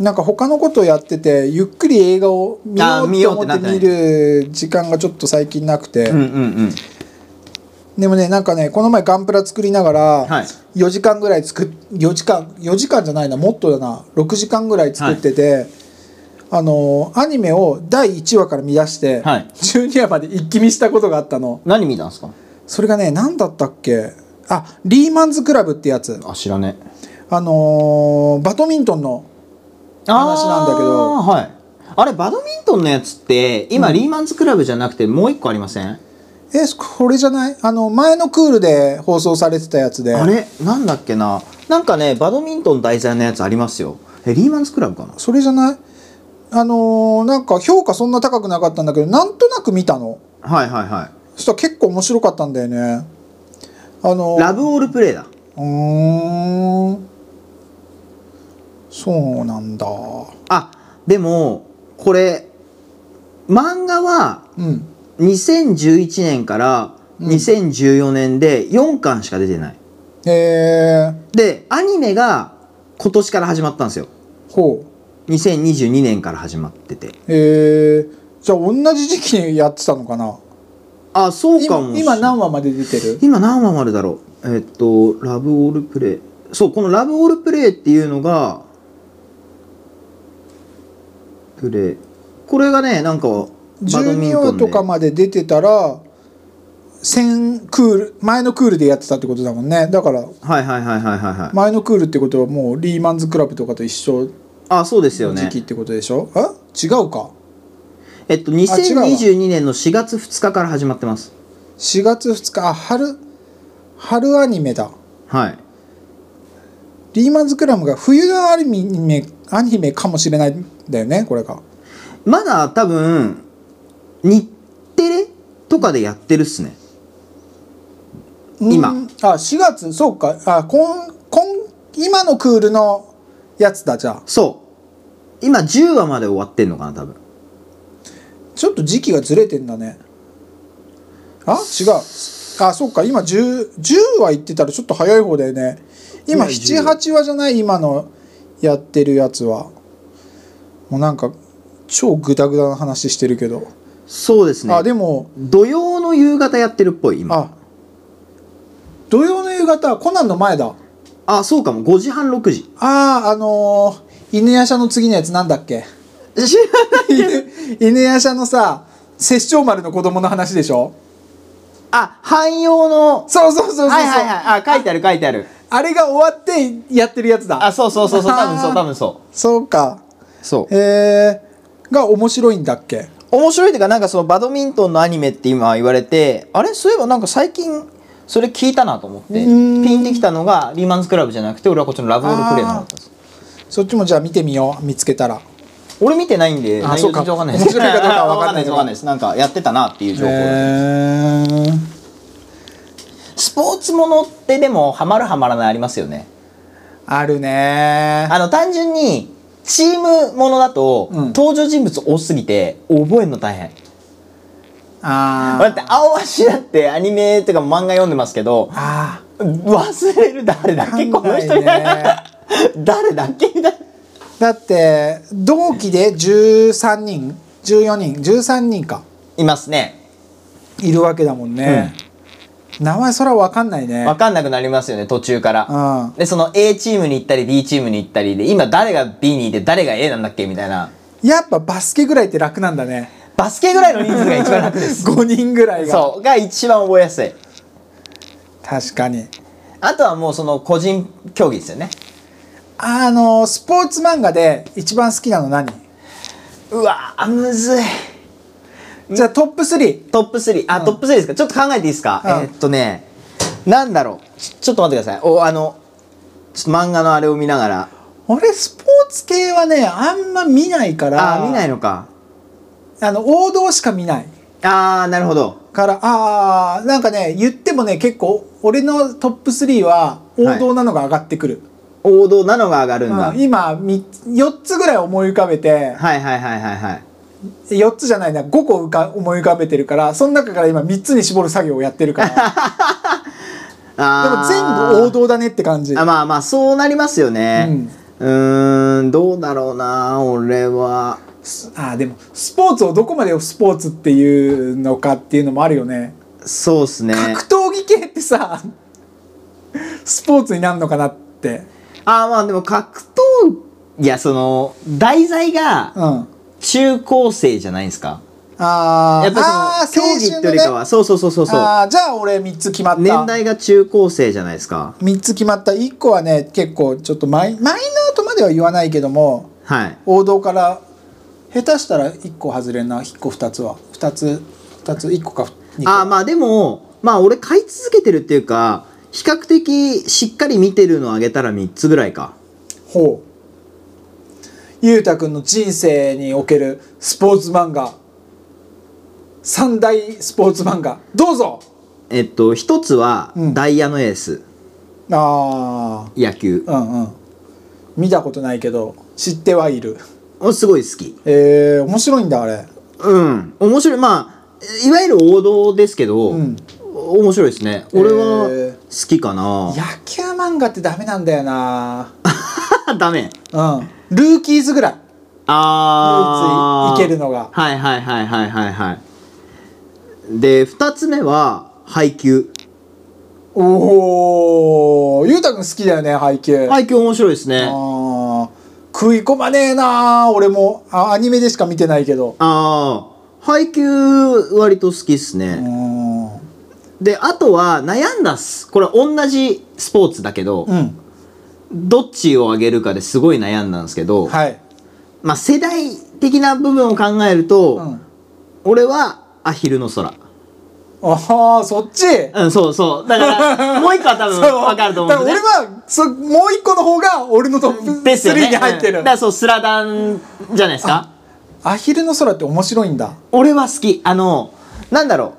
[SPEAKER 1] なんか他のことやっててゆっくり映画を見よ
[SPEAKER 2] あ
[SPEAKER 1] う
[SPEAKER 2] 見
[SPEAKER 1] と
[SPEAKER 2] ようっ
[SPEAKER 1] 思
[SPEAKER 2] て
[SPEAKER 1] って
[SPEAKER 2] なってない
[SPEAKER 1] 見る時間がちょっと最近なくて、
[SPEAKER 2] うんうん
[SPEAKER 1] でもねなんかねこの前ガンプラ作りながら、
[SPEAKER 2] うんはい
[SPEAKER 1] 4時間ぐらい作っ4時間4時間じゃないなもっとだな6時間ぐらい作ってて、あのーアニメを第1話から見出して、
[SPEAKER 2] はい
[SPEAKER 1] 12話まで一気見したことがあったの
[SPEAKER 2] 何見たんすか
[SPEAKER 1] それがね何だったっけあリーマンズクラブってやつ
[SPEAKER 2] あ知らね
[SPEAKER 1] あのーバドミントンの
[SPEAKER 2] え
[SPEAKER 1] 話なんだけど
[SPEAKER 2] あーはいあれバドミントンのやつって今リーマンズクラブじゃなくてもう一個ありません、
[SPEAKER 1] えこれじゃないあの前のクールで放送されてたやつで
[SPEAKER 2] あれなんだっけななんかねバドミントン題材のやつありますよえリーマンズクラブかな
[SPEAKER 1] それじゃないあのーなんか評価そんな高くなかったんだけどなんとなく見たの
[SPEAKER 2] はいはいは
[SPEAKER 1] そしたら結構面白かったんだよねあの
[SPEAKER 2] いラブオールプレイだ
[SPEAKER 1] うーんそうなんだ
[SPEAKER 2] あでもこれ漫画は
[SPEAKER 1] うん
[SPEAKER 2] 2011年から2014年で4巻しか出てない、
[SPEAKER 1] へえ
[SPEAKER 2] でアニメが今年から始まったんですよ
[SPEAKER 1] ほ
[SPEAKER 2] 2022年から始まってて
[SPEAKER 1] うへえじゃあ同じ時期にやってたのかな
[SPEAKER 2] あそうかも
[SPEAKER 1] 今今何話まで出てる
[SPEAKER 2] 今何話までだろうえっと「ラブオールプレイ」そうこの「ラブオールプレイ」っていうのがプレイこれがねなんかバドミ
[SPEAKER 1] 12
[SPEAKER 2] ント
[SPEAKER 1] 話
[SPEAKER 2] ンで
[SPEAKER 1] とかまで出てたら先クール前のクールでやってたってことだもんねだから
[SPEAKER 2] はいはいはいはいはいはい
[SPEAKER 1] 前のクールってことはもうリーマンズクラブとかと一緒
[SPEAKER 2] あそうですよ
[SPEAKER 1] の時
[SPEAKER 2] ね
[SPEAKER 1] 期ってことでしょ、あ違うか
[SPEAKER 2] えっと
[SPEAKER 1] 違うわ
[SPEAKER 2] 2022年の4月2日から始まってます
[SPEAKER 1] 4月2日あ春春アニメだ
[SPEAKER 3] はい。
[SPEAKER 1] リーマンズクラムが冬のアニメアニメかもしれないんだよねこれが
[SPEAKER 3] まだ多分、日テレとかでやってるっすね。今
[SPEAKER 1] うんあ4月そうかあこんこん今のクールのやつだじゃあ
[SPEAKER 3] そう。今10話まで終わってんのかな、多分。
[SPEAKER 1] ちょっと時期がずれてんだねあ違うあそうか今 10, 10話言ってたらちょっと早い方だよね今
[SPEAKER 3] 今10
[SPEAKER 1] 78話じゃない今のやってるやつはもうなんか超グダグダな話してるけど、
[SPEAKER 3] そうですね。
[SPEAKER 1] あでも
[SPEAKER 3] 土曜の夕方やってるっぽい、今。
[SPEAKER 1] あ土曜の夕方コナンの前だ
[SPEAKER 3] あ、そうかも。5時半、6時。 [laughs]
[SPEAKER 1] あああのー犬夜叉の次のやつなんだ
[SPEAKER 3] [laughs]
[SPEAKER 1] っけ
[SPEAKER 3] 知らない
[SPEAKER 1] 犬犬夜叉のさ殺生丸の子供の話でしょ
[SPEAKER 3] あ、汎用の。
[SPEAKER 1] そうそうそうそうそう、
[SPEAKER 3] はいはいはい。あ、書いてある書いてある。
[SPEAKER 1] あれが終わってやってるやつだ。
[SPEAKER 3] あ、そうそうそうそう。多分そ
[SPEAKER 1] あ
[SPEAKER 3] う、
[SPEAKER 1] ー
[SPEAKER 3] 多分そ
[SPEAKER 1] そうか。
[SPEAKER 3] う。そう。
[SPEAKER 1] えー、が面白いんだっけ
[SPEAKER 2] 面白いというかなんかそのバドミントンのアニメって今言われてあれそういえばなんか最近それ聞いたなと思って
[SPEAKER 1] ーん
[SPEAKER 2] ピンってきたのがリーマンズクラブじゃなくて俺はこっちのラブオールプレイの方だったんです
[SPEAKER 1] そっちもじゃあ見てみよう、見つけたら。
[SPEAKER 2] 俺見てないんで
[SPEAKER 1] あ
[SPEAKER 2] 内
[SPEAKER 1] そう
[SPEAKER 2] 容
[SPEAKER 1] か
[SPEAKER 2] 全然わかんないです
[SPEAKER 1] 面
[SPEAKER 2] [laughs]
[SPEAKER 1] 白いかどうかはわかんないけ
[SPEAKER 2] 分
[SPEAKER 1] ど
[SPEAKER 2] かんないですなんかやってたなっていう情報で
[SPEAKER 1] えー、
[SPEAKER 2] スポーツものってでもハマるハマらないありますよね
[SPEAKER 1] あるね
[SPEAKER 2] あの単純にチームものだと、
[SPEAKER 1] うん
[SPEAKER 2] 登場人物多すぎて覚えるの大変
[SPEAKER 1] あ
[SPEAKER 2] だって青足だってアニメとか漫画読んでますけど
[SPEAKER 1] あ
[SPEAKER 2] 忘れる誰だっけこ
[SPEAKER 1] わかんな
[SPEAKER 2] の
[SPEAKER 1] いね
[SPEAKER 2] 人みたいな誰だっけみたいな
[SPEAKER 1] ーだって、同期で13人、14人、13人か、
[SPEAKER 2] いますね
[SPEAKER 1] いるわけだもんね。名前そらわかんないね。
[SPEAKER 2] 分かんなくなりますよね途中から
[SPEAKER 1] うん。
[SPEAKER 2] でその A チームに行ったり B チームに行ったりで今誰が B にいて誰が A なんだっけみたいな
[SPEAKER 1] やっぱバスケぐらいって楽なんだね。
[SPEAKER 2] バスケぐらいの人数が一番楽で [laughs] す
[SPEAKER 1] 5人ぐらいが。
[SPEAKER 2] そうが一番覚えやすい
[SPEAKER 1] 確かに。
[SPEAKER 2] あとはもうその個人競技ですよね
[SPEAKER 1] あのスポーツ漫画で一番好きなの何
[SPEAKER 2] うわーむずい
[SPEAKER 1] じゃあトップ3
[SPEAKER 2] トップ3あ、トップ3ですかちょっと考えていいですか、
[SPEAKER 1] うん
[SPEAKER 2] えーっとねなんだろうちちょっと待ってくださいおあのちょっと漫画のあれを見ながら
[SPEAKER 1] 俺スポーツ系はねあんま見ないから
[SPEAKER 2] あー見ないのか
[SPEAKER 1] あの王道しか見ない
[SPEAKER 2] あーなるほど
[SPEAKER 1] からあーなんかね言ってもね結構俺のトップ3は王道なのが上がってくる、
[SPEAKER 2] 王道なのが上がるんだ、
[SPEAKER 1] うん今み4つぐらい思い浮かべて
[SPEAKER 2] はいはいはいはいはい
[SPEAKER 1] 4つじゃないな5個浮か思い浮かべてるからその中から今3つに絞る作業をやってるから
[SPEAKER 2] [laughs]
[SPEAKER 1] でも全
[SPEAKER 2] あー
[SPEAKER 1] 部王道だねって感じ
[SPEAKER 2] あまあまあそうなりますよねうーんどうだろうな俺は
[SPEAKER 1] すあーでもスポーツをどこまでスポーツっていうのかっていうのもあるよね
[SPEAKER 2] そうっすね
[SPEAKER 1] 格闘技系ってさスポーツになるのかなって
[SPEAKER 2] あーまあでも格闘いやその題材が
[SPEAKER 1] うんあ
[SPEAKER 2] 中高生じゃないですか
[SPEAKER 1] あー
[SPEAKER 2] やっ
[SPEAKER 1] あ
[SPEAKER 2] ぱ
[SPEAKER 1] ー
[SPEAKER 2] その競技
[SPEAKER 1] 青春
[SPEAKER 2] って
[SPEAKER 1] の
[SPEAKER 2] より
[SPEAKER 1] ね
[SPEAKER 2] かは、そうそうそうそうそう
[SPEAKER 1] あーじゃあ俺3つ決まった
[SPEAKER 2] 年代が中高生じゃないですか
[SPEAKER 1] 3つ決まった1個はね結構ちょっとマイマイナーとまでは言わないけども
[SPEAKER 2] はい
[SPEAKER 1] 王道から下手したら1個外れんな1個2つは2つ2つ1個か2個
[SPEAKER 2] あーまあでもまあ俺買い続けてるっていうか比較的しっかり見てるのあげたら3つぐらいか
[SPEAKER 1] ほうゆうたくんの人生におけるスポーツ漫画三大スポーツ漫画どうぞ
[SPEAKER 2] えっと一つは
[SPEAKER 1] うん
[SPEAKER 2] ダイヤのエース、
[SPEAKER 1] あ
[SPEAKER 2] 野球
[SPEAKER 1] あうんうん見たことないけど知ってはいる
[SPEAKER 2] おすごい好き
[SPEAKER 1] えー、面白いんだあれ
[SPEAKER 2] うん面白いまあいわゆる王道ですけど、
[SPEAKER 1] うん
[SPEAKER 2] 面白いですね俺は
[SPEAKER 1] えー
[SPEAKER 2] 好きかな、
[SPEAKER 1] 野球漫画ってダメなんだよな
[SPEAKER 2] ダメ
[SPEAKER 1] うんルーキーズぐらい
[SPEAKER 2] あー
[SPEAKER 1] 唯一いけるのが
[SPEAKER 2] はいはいはいはいはいはいで2つ目は配球
[SPEAKER 1] おおゆうたくん好きだよね配球
[SPEAKER 2] 配球面白いですね
[SPEAKER 1] あ
[SPEAKER 2] あ
[SPEAKER 1] ー食い込まねえなー俺もあアニメでしか見てないけど
[SPEAKER 2] あー配球割と好きっす
[SPEAKER 1] う
[SPEAKER 2] ね、
[SPEAKER 1] ん
[SPEAKER 2] であとは悩んだっすこれ同じスポーツだけど、
[SPEAKER 1] うん
[SPEAKER 2] どっちをあげるかですごい悩んだんですけど、
[SPEAKER 1] はい
[SPEAKER 2] まあ世代的な部分を考えると、
[SPEAKER 1] うん
[SPEAKER 2] 俺はアヒルの空
[SPEAKER 1] ああそっち
[SPEAKER 3] うん、そうそう。だ
[SPEAKER 1] [laughs]
[SPEAKER 3] から、もう一個は多分
[SPEAKER 1] そう
[SPEAKER 3] 分かると思うんですよ
[SPEAKER 1] だ
[SPEAKER 3] ね。
[SPEAKER 1] から俺はそもう一個の方が俺のトップ
[SPEAKER 3] ですよね。
[SPEAKER 1] 3に入ってる、
[SPEAKER 3] うんだからそう、スラダンじゃないですか。
[SPEAKER 1] アヒルの空って面白いんだ
[SPEAKER 3] 俺は好き。
[SPEAKER 2] あのなんだろ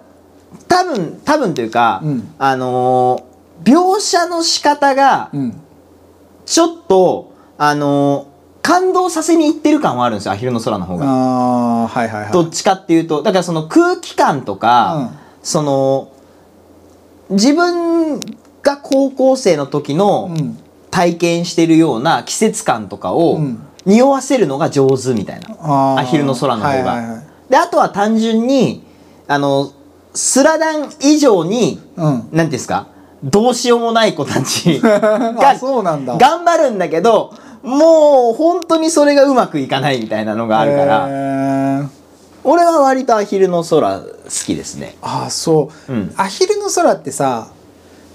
[SPEAKER 2] う多分多分というか、
[SPEAKER 1] うん
[SPEAKER 2] あのー描写の仕方が
[SPEAKER 1] うん
[SPEAKER 2] ちょっと、あのー感動させにいってる感はあるんですよアヒルの空の方が。
[SPEAKER 1] ああはいはいはい
[SPEAKER 2] どっちかっていうとだからその空気感とか、その自分が高校生の時
[SPEAKER 1] う
[SPEAKER 2] の
[SPEAKER 1] ん
[SPEAKER 2] 体験してるような季節感とかを、
[SPEAKER 1] うん
[SPEAKER 2] 匂わせるのが上手みたいな。
[SPEAKER 1] あー
[SPEAKER 2] アヒルの空の方が
[SPEAKER 1] はいはいはい
[SPEAKER 2] であとは単純にあのスラダン以上に
[SPEAKER 1] うん
[SPEAKER 2] 何ていうんですかどうしようもない子た
[SPEAKER 1] [laughs]
[SPEAKER 2] ちが
[SPEAKER 1] あそうなんだ
[SPEAKER 2] 頑張るんだけどもう本当にそれがうまくいかないみたいなのがあるから
[SPEAKER 1] ら
[SPEAKER 2] 俺は割とアヒルの空好きですね。
[SPEAKER 1] ああそう、
[SPEAKER 2] うん
[SPEAKER 1] アヒルの空ってさ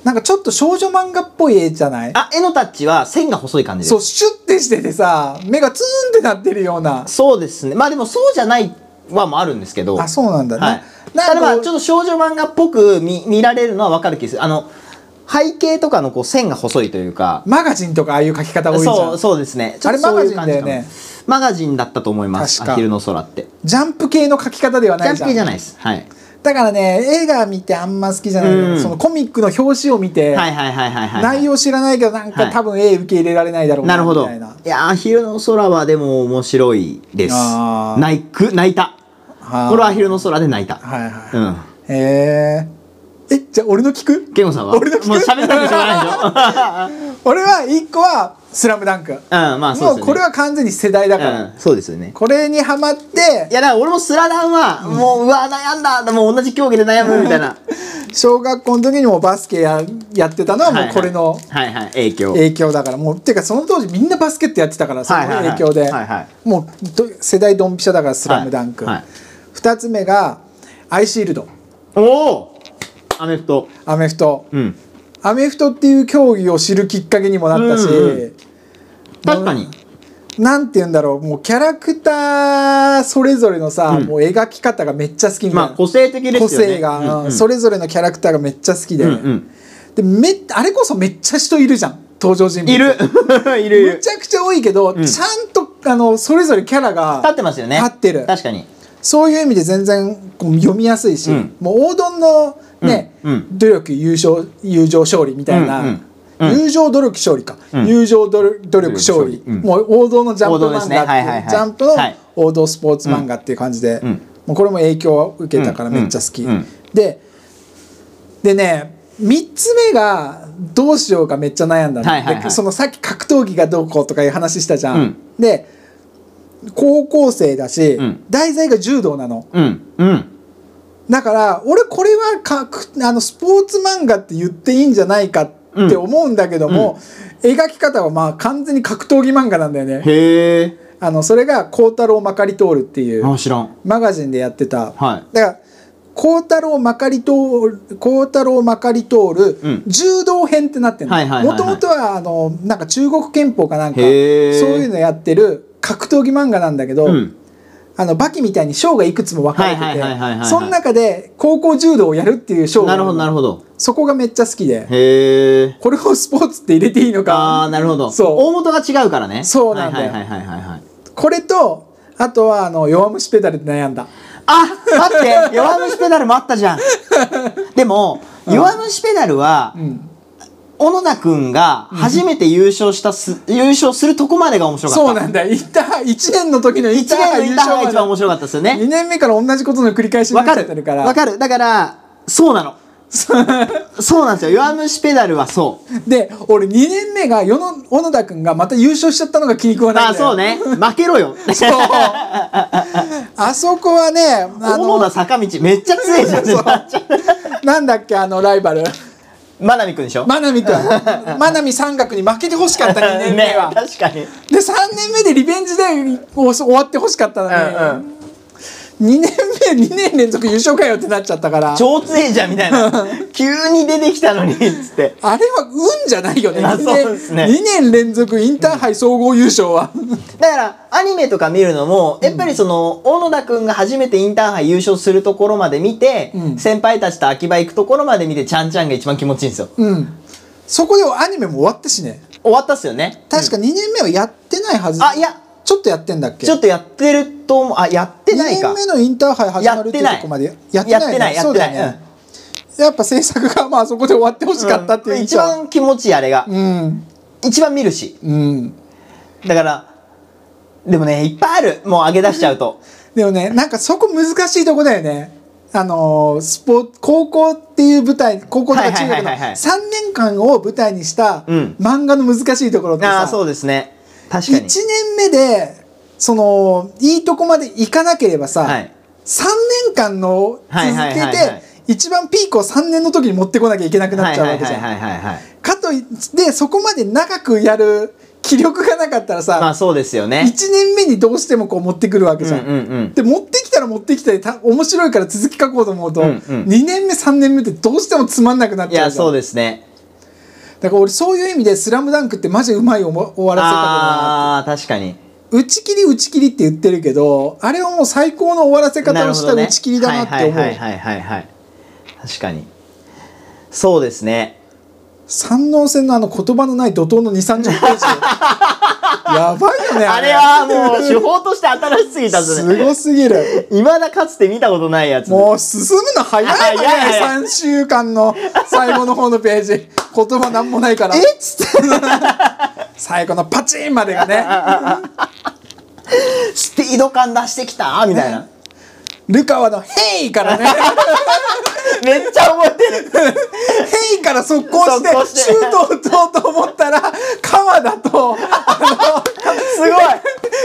[SPEAKER 1] なんかちょっと少女漫画っぽい絵じゃない
[SPEAKER 2] あ絵のタッチは線が細い感じです
[SPEAKER 1] そうシュッてしててさ目がツーンってなってるような
[SPEAKER 2] そうですねまあでもそうじゃないはもあるんですけど
[SPEAKER 1] あそうなんだね、
[SPEAKER 2] はい、
[SPEAKER 1] な
[SPEAKER 2] ただまあ
[SPEAKER 1] ん
[SPEAKER 2] ち
[SPEAKER 1] か
[SPEAKER 2] ょっと少女漫画っぽく見見られるのは分かる気でするあの背景とかのこう線が細いというか
[SPEAKER 1] マガジンとかああいう描き方多いじゃん
[SPEAKER 2] そうそうですねちょ
[SPEAKER 1] あ
[SPEAKER 2] っ
[SPEAKER 1] れ
[SPEAKER 2] と
[SPEAKER 1] マ
[SPEAKER 2] そう
[SPEAKER 1] ガ
[SPEAKER 2] い
[SPEAKER 1] ジ
[SPEAKER 2] う
[SPEAKER 1] ンだ
[SPEAKER 2] 感
[SPEAKER 1] よね
[SPEAKER 2] じかもマガジンだったと思います
[SPEAKER 1] 確か
[SPEAKER 2] アヒルの空って
[SPEAKER 1] ジャンプ系の描き方では
[SPEAKER 2] ジ
[SPEAKER 1] ない
[SPEAKER 2] ャン
[SPEAKER 1] じ
[SPEAKER 2] プ
[SPEAKER 1] ゃ
[SPEAKER 2] 系
[SPEAKER 1] ん
[SPEAKER 2] じゃないですはい
[SPEAKER 1] だからね映画見てあんま好きじゃないの
[SPEAKER 2] うん
[SPEAKER 1] そのコミックの表紙を見て、
[SPEAKER 2] はいはいはいはいはい
[SPEAKER 1] 内容知らないけどなんか、
[SPEAKER 2] はい
[SPEAKER 1] 多分絵受け入れられないだろう
[SPEAKER 2] な
[SPEAKER 1] な
[SPEAKER 2] るほ
[SPEAKER 1] み
[SPEAKER 2] ど
[SPEAKER 1] たいない
[SPEAKER 2] やアヒルの空はでも面白いです
[SPEAKER 1] あー
[SPEAKER 2] 泣く泣いた
[SPEAKER 1] あー
[SPEAKER 2] これはアヒルの空で泣いた
[SPEAKER 1] はいはい、
[SPEAKER 2] うん
[SPEAKER 1] へええじゃあ俺の聞く
[SPEAKER 2] ケンゴさんは
[SPEAKER 1] 俺の聞く
[SPEAKER 2] もう喋ったくてしょうがないでしょ
[SPEAKER 1] [laughs] 俺は一個は「スラムダンク
[SPEAKER 2] うんまあそうです
[SPEAKER 1] も
[SPEAKER 2] よね
[SPEAKER 1] うこれは完全に世代だから、
[SPEAKER 2] うんそうですよね
[SPEAKER 1] これにハマって
[SPEAKER 2] いやだから俺もスラダンはもううわ悩んだもう同じ競技で悩むみたいな
[SPEAKER 1] 小学校の時にもバスケややってたのはもうこれの
[SPEAKER 2] はいはい影響
[SPEAKER 1] 影響だからもうっていうかその当時みんなバスケットやってたからその
[SPEAKER 2] はいはいはい
[SPEAKER 1] 影響で
[SPEAKER 2] はいはい
[SPEAKER 1] もうど世代ドンピシャだから「スラムダンク、
[SPEAKER 2] はいはい
[SPEAKER 1] 2つ目が「アイシールド」
[SPEAKER 2] おおアメフト
[SPEAKER 1] アメフト、
[SPEAKER 2] うん
[SPEAKER 1] アメフトっていう競技を知るきっかけにもなったし、
[SPEAKER 2] うんう確かに
[SPEAKER 1] なんて言うんだろうもうキャラクターそれぞれのさ、もう描き方がめっちゃ好きみたいな、
[SPEAKER 2] まあ個性的ですよね
[SPEAKER 1] 個性が、
[SPEAKER 2] うんうん
[SPEAKER 1] うんそれぞれのキャラクターがめっちゃ好きで、
[SPEAKER 2] うんうん
[SPEAKER 1] でめあれこそめっちゃ人いるじゃん登場人物
[SPEAKER 2] いる [laughs] いるい
[SPEAKER 1] め
[SPEAKER 2] る
[SPEAKER 1] ちゃくちゃ多いけど、ちゃんとあのそれぞれキャラが
[SPEAKER 2] 立ってますよね
[SPEAKER 1] 立ってる
[SPEAKER 2] 確かに
[SPEAKER 1] そういう意味で全然こう読みやすいし、
[SPEAKER 2] うん
[SPEAKER 1] もう王道のね、
[SPEAKER 3] うんう
[SPEAKER 1] 努力優勝友情勝利みたいな、
[SPEAKER 3] うんうん
[SPEAKER 1] 友情努力勝利か、友情努力努力勝利、
[SPEAKER 3] うん
[SPEAKER 1] もう王道のジャンプ
[SPEAKER 3] 王道です
[SPEAKER 1] 漫
[SPEAKER 3] ね
[SPEAKER 1] 画って
[SPEAKER 3] はいいうはいはい
[SPEAKER 1] ジャンプの
[SPEAKER 3] はい
[SPEAKER 1] 王道スポーツ漫画っていう感じで、
[SPEAKER 3] ん
[SPEAKER 1] もうこれも影響を受けたからめっちゃ好き、
[SPEAKER 3] うんうん
[SPEAKER 1] ででね3つ目がどうしようかめっちゃ悩んだの、
[SPEAKER 3] はいはいはい
[SPEAKER 1] でそのさっき格闘技がどうこうとかいう話したじゃん、
[SPEAKER 3] うん
[SPEAKER 1] で高校生だし、
[SPEAKER 3] ん
[SPEAKER 1] 題材が柔道なの
[SPEAKER 3] うん、うん。
[SPEAKER 1] だから俺これはかくあのスポーツ漫画って言っていいんじゃないかって思うんだけども、描き方はまあ完全に格闘技漫画なんだよね
[SPEAKER 3] へえ。
[SPEAKER 1] あのそれが「孝太郎まかり通る」っていう
[SPEAKER 3] あ、知らん。
[SPEAKER 1] マガジンでやってた、
[SPEAKER 3] は
[SPEAKER 1] だから孝太郎まかり通る孝太郎まかり通る、
[SPEAKER 3] うん
[SPEAKER 1] 柔道編ってなってる
[SPEAKER 3] はいはいはいはい
[SPEAKER 1] もともとはあのなんか中国拳法かなんかそう
[SPEAKER 3] へー
[SPEAKER 1] いうのやってる格闘技漫画なんだけど、
[SPEAKER 3] うん。
[SPEAKER 1] あのバキみたいに章がいくつも分かれて
[SPEAKER 3] はいはいはいはいはいは
[SPEAKER 1] て
[SPEAKER 3] い
[SPEAKER 1] その中で高校柔道をやるっていう章が
[SPEAKER 3] なるほど、なるほど。
[SPEAKER 1] そこがめっちゃ好きで
[SPEAKER 3] へえ。
[SPEAKER 1] これをスポーツって入れていいの
[SPEAKER 3] あ
[SPEAKER 1] か
[SPEAKER 3] ー、なるほど。
[SPEAKER 1] そう
[SPEAKER 3] 大元が違うからね。
[SPEAKER 1] そうなんだよ
[SPEAKER 3] はいはいはいはいはいはい。
[SPEAKER 1] これとあとはあの弱虫ペダルで悩んだ
[SPEAKER 3] あ、待
[SPEAKER 1] [laughs]
[SPEAKER 3] って、弱虫ペダルもあったじゃん。でも、弱虫ペダルは、
[SPEAKER 1] ん
[SPEAKER 3] 小野田くんが初めて優勝したす、優勝するとこまでが面白かった。
[SPEAKER 1] そうなんだインターハイ1年の時のイン
[SPEAKER 3] 一
[SPEAKER 1] ター
[SPEAKER 3] 年
[SPEAKER 1] ハ
[SPEAKER 3] の
[SPEAKER 1] イ
[SPEAKER 3] イ
[SPEAKER 1] 優
[SPEAKER 3] ンターハイが
[SPEAKER 1] 勝ま
[SPEAKER 3] 一
[SPEAKER 1] で
[SPEAKER 3] 番面白かったですよね。
[SPEAKER 1] 2年目から同じことの繰り返しにな
[SPEAKER 3] わ
[SPEAKER 1] っち
[SPEAKER 3] か
[SPEAKER 1] ゃっ
[SPEAKER 3] る
[SPEAKER 1] てるから
[SPEAKER 3] わかるだからそうな
[SPEAKER 1] [laughs]
[SPEAKER 3] のそうなんですよ弱虫ペダルはそう
[SPEAKER 1] で俺2年目が世の小野田君がまた優勝しちゃったのが気に食わない
[SPEAKER 3] ま
[SPEAKER 1] ん
[SPEAKER 3] あ
[SPEAKER 1] だよ
[SPEAKER 3] そうね負けろよ
[SPEAKER 1] そうあそこはね [laughs] あ
[SPEAKER 3] 小野田坂道めっちゃ強いじゃん
[SPEAKER 1] なんだっけあのライバル
[SPEAKER 2] まなみくんでしょ
[SPEAKER 1] 真波君真波山岳に負けてほしかった2年目
[SPEAKER 3] ね
[SPEAKER 1] は、
[SPEAKER 3] 確かに
[SPEAKER 1] で3年目でリベンジでお終わってほしかったのに、
[SPEAKER 2] うん
[SPEAKER 1] 2年目2年連続優勝かよってなっちゃったから
[SPEAKER 2] 超強えじゃんみた
[SPEAKER 1] [laughs]
[SPEAKER 2] いな急に出てきたのにっつって
[SPEAKER 1] あれは運じゃないよね
[SPEAKER 2] あ
[SPEAKER 1] 2
[SPEAKER 2] そうです
[SPEAKER 1] 年
[SPEAKER 2] ね
[SPEAKER 1] 二年連続インターハイ総合優勝は
[SPEAKER 2] だからアニメとか見るのもやっぱりその小野田君が初めてインターハイ優勝するところまで見て、
[SPEAKER 1] うん
[SPEAKER 2] 先輩たちと秋葉行くところまで見てちゃんちゃんが一番気持ちいいんですよ
[SPEAKER 1] うんそこでアニメも終わったしね
[SPEAKER 2] 終わったっすよね
[SPEAKER 1] 確か2年目はやってないはず、
[SPEAKER 2] あいや
[SPEAKER 1] ちょっとやってんだっけ
[SPEAKER 2] ちょっとやってると思うあやってないか
[SPEAKER 1] 2年目のインターハイ始まるっていう
[SPEAKER 2] やってな
[SPEAKER 1] と
[SPEAKER 2] い
[SPEAKER 1] こまで
[SPEAKER 2] やってない
[SPEAKER 1] よね
[SPEAKER 2] や
[SPEAKER 1] そ
[SPEAKER 2] っ
[SPEAKER 1] う
[SPEAKER 2] て
[SPEAKER 1] だよ
[SPEAKER 2] ない
[SPEAKER 1] ねやっぱ制作がまあそこで終わってほしかったっていううん
[SPEAKER 2] 一番気持ちいいあれが、
[SPEAKER 1] うん
[SPEAKER 2] 一番見るし
[SPEAKER 1] うん
[SPEAKER 2] だからでもねいっぱいあるもう上げ出しちゃうと
[SPEAKER 1] でもねなんかそこ難しいとこだよねあのースポー高校っていう舞台高校とか中
[SPEAKER 2] は
[SPEAKER 1] 学
[SPEAKER 2] い
[SPEAKER 1] の
[SPEAKER 2] はいはいはいはい
[SPEAKER 1] 3年間を舞台にした
[SPEAKER 2] うん
[SPEAKER 1] 漫画の難しいところって
[SPEAKER 2] ああ
[SPEAKER 1] さ、
[SPEAKER 2] そうですね確か
[SPEAKER 1] 1
[SPEAKER 2] に
[SPEAKER 1] 年目でそのいいとこまで行かなければさ、
[SPEAKER 2] はい
[SPEAKER 1] 3年間の続
[SPEAKER 2] はいはい
[SPEAKER 1] け
[SPEAKER 2] はいは
[SPEAKER 1] て
[SPEAKER 2] い
[SPEAKER 1] 一番ピークを3年の時に持ってこなきゃいけなくなっちゃうわけじゃん。
[SPEAKER 2] はいはいはいはいはい
[SPEAKER 1] かといってそこまで長くやる気力がなかったらさ、
[SPEAKER 2] まあそうですよね
[SPEAKER 1] 1年目にどうしてもこう持ってくるわけ
[SPEAKER 2] うん
[SPEAKER 1] じ
[SPEAKER 2] う
[SPEAKER 1] ゃん。
[SPEAKER 2] んうん
[SPEAKER 1] で持ってきたら持ってきたでた面白いから続き書こうと思うと、
[SPEAKER 2] うんうん
[SPEAKER 1] 2年目3年目ってどうしてもつまんなくなっ
[SPEAKER 2] い
[SPEAKER 1] ちゃ
[SPEAKER 2] や
[SPEAKER 1] うじゃ
[SPEAKER 2] そ
[SPEAKER 1] ん
[SPEAKER 2] うですね
[SPEAKER 1] だから俺そういう意味で「スラムダンクってマジうまいおも終わらせ方だな
[SPEAKER 2] ああー確かに
[SPEAKER 1] 打ち切り打ち切りって言ってるけどあれはもう最高の終わらせ
[SPEAKER 2] な
[SPEAKER 1] 方
[SPEAKER 2] る
[SPEAKER 1] を
[SPEAKER 2] ほ
[SPEAKER 1] し
[SPEAKER 2] ど
[SPEAKER 1] た
[SPEAKER 2] ね
[SPEAKER 1] 打ち切りだなって思
[SPEAKER 2] はいうはいはいはいはいはい確かにそうですね
[SPEAKER 1] 三能線のあの言葉のない怒涛の2 3 0ページやばいよね
[SPEAKER 2] [laughs] あれはもう手法として新しすぎたぞ
[SPEAKER 1] す
[SPEAKER 2] ね
[SPEAKER 1] ごすぎる
[SPEAKER 2] いまだかつて見たことないやつ
[SPEAKER 1] もう進むの早いよね
[SPEAKER 2] 早い早い
[SPEAKER 1] 3週間の最後の方のページ言葉なんもないからえっつって最後のパチンまでがね
[SPEAKER 2] スピード感出してきたみたいな
[SPEAKER 1] ルカワの「ヘイ!」からね
[SPEAKER 2] [laughs] めっちゃ覚えてる
[SPEAKER 1] ヘイから速攻して
[SPEAKER 2] 速攻して
[SPEAKER 1] シュートを打とうと思ったら川田とあの
[SPEAKER 2] すごい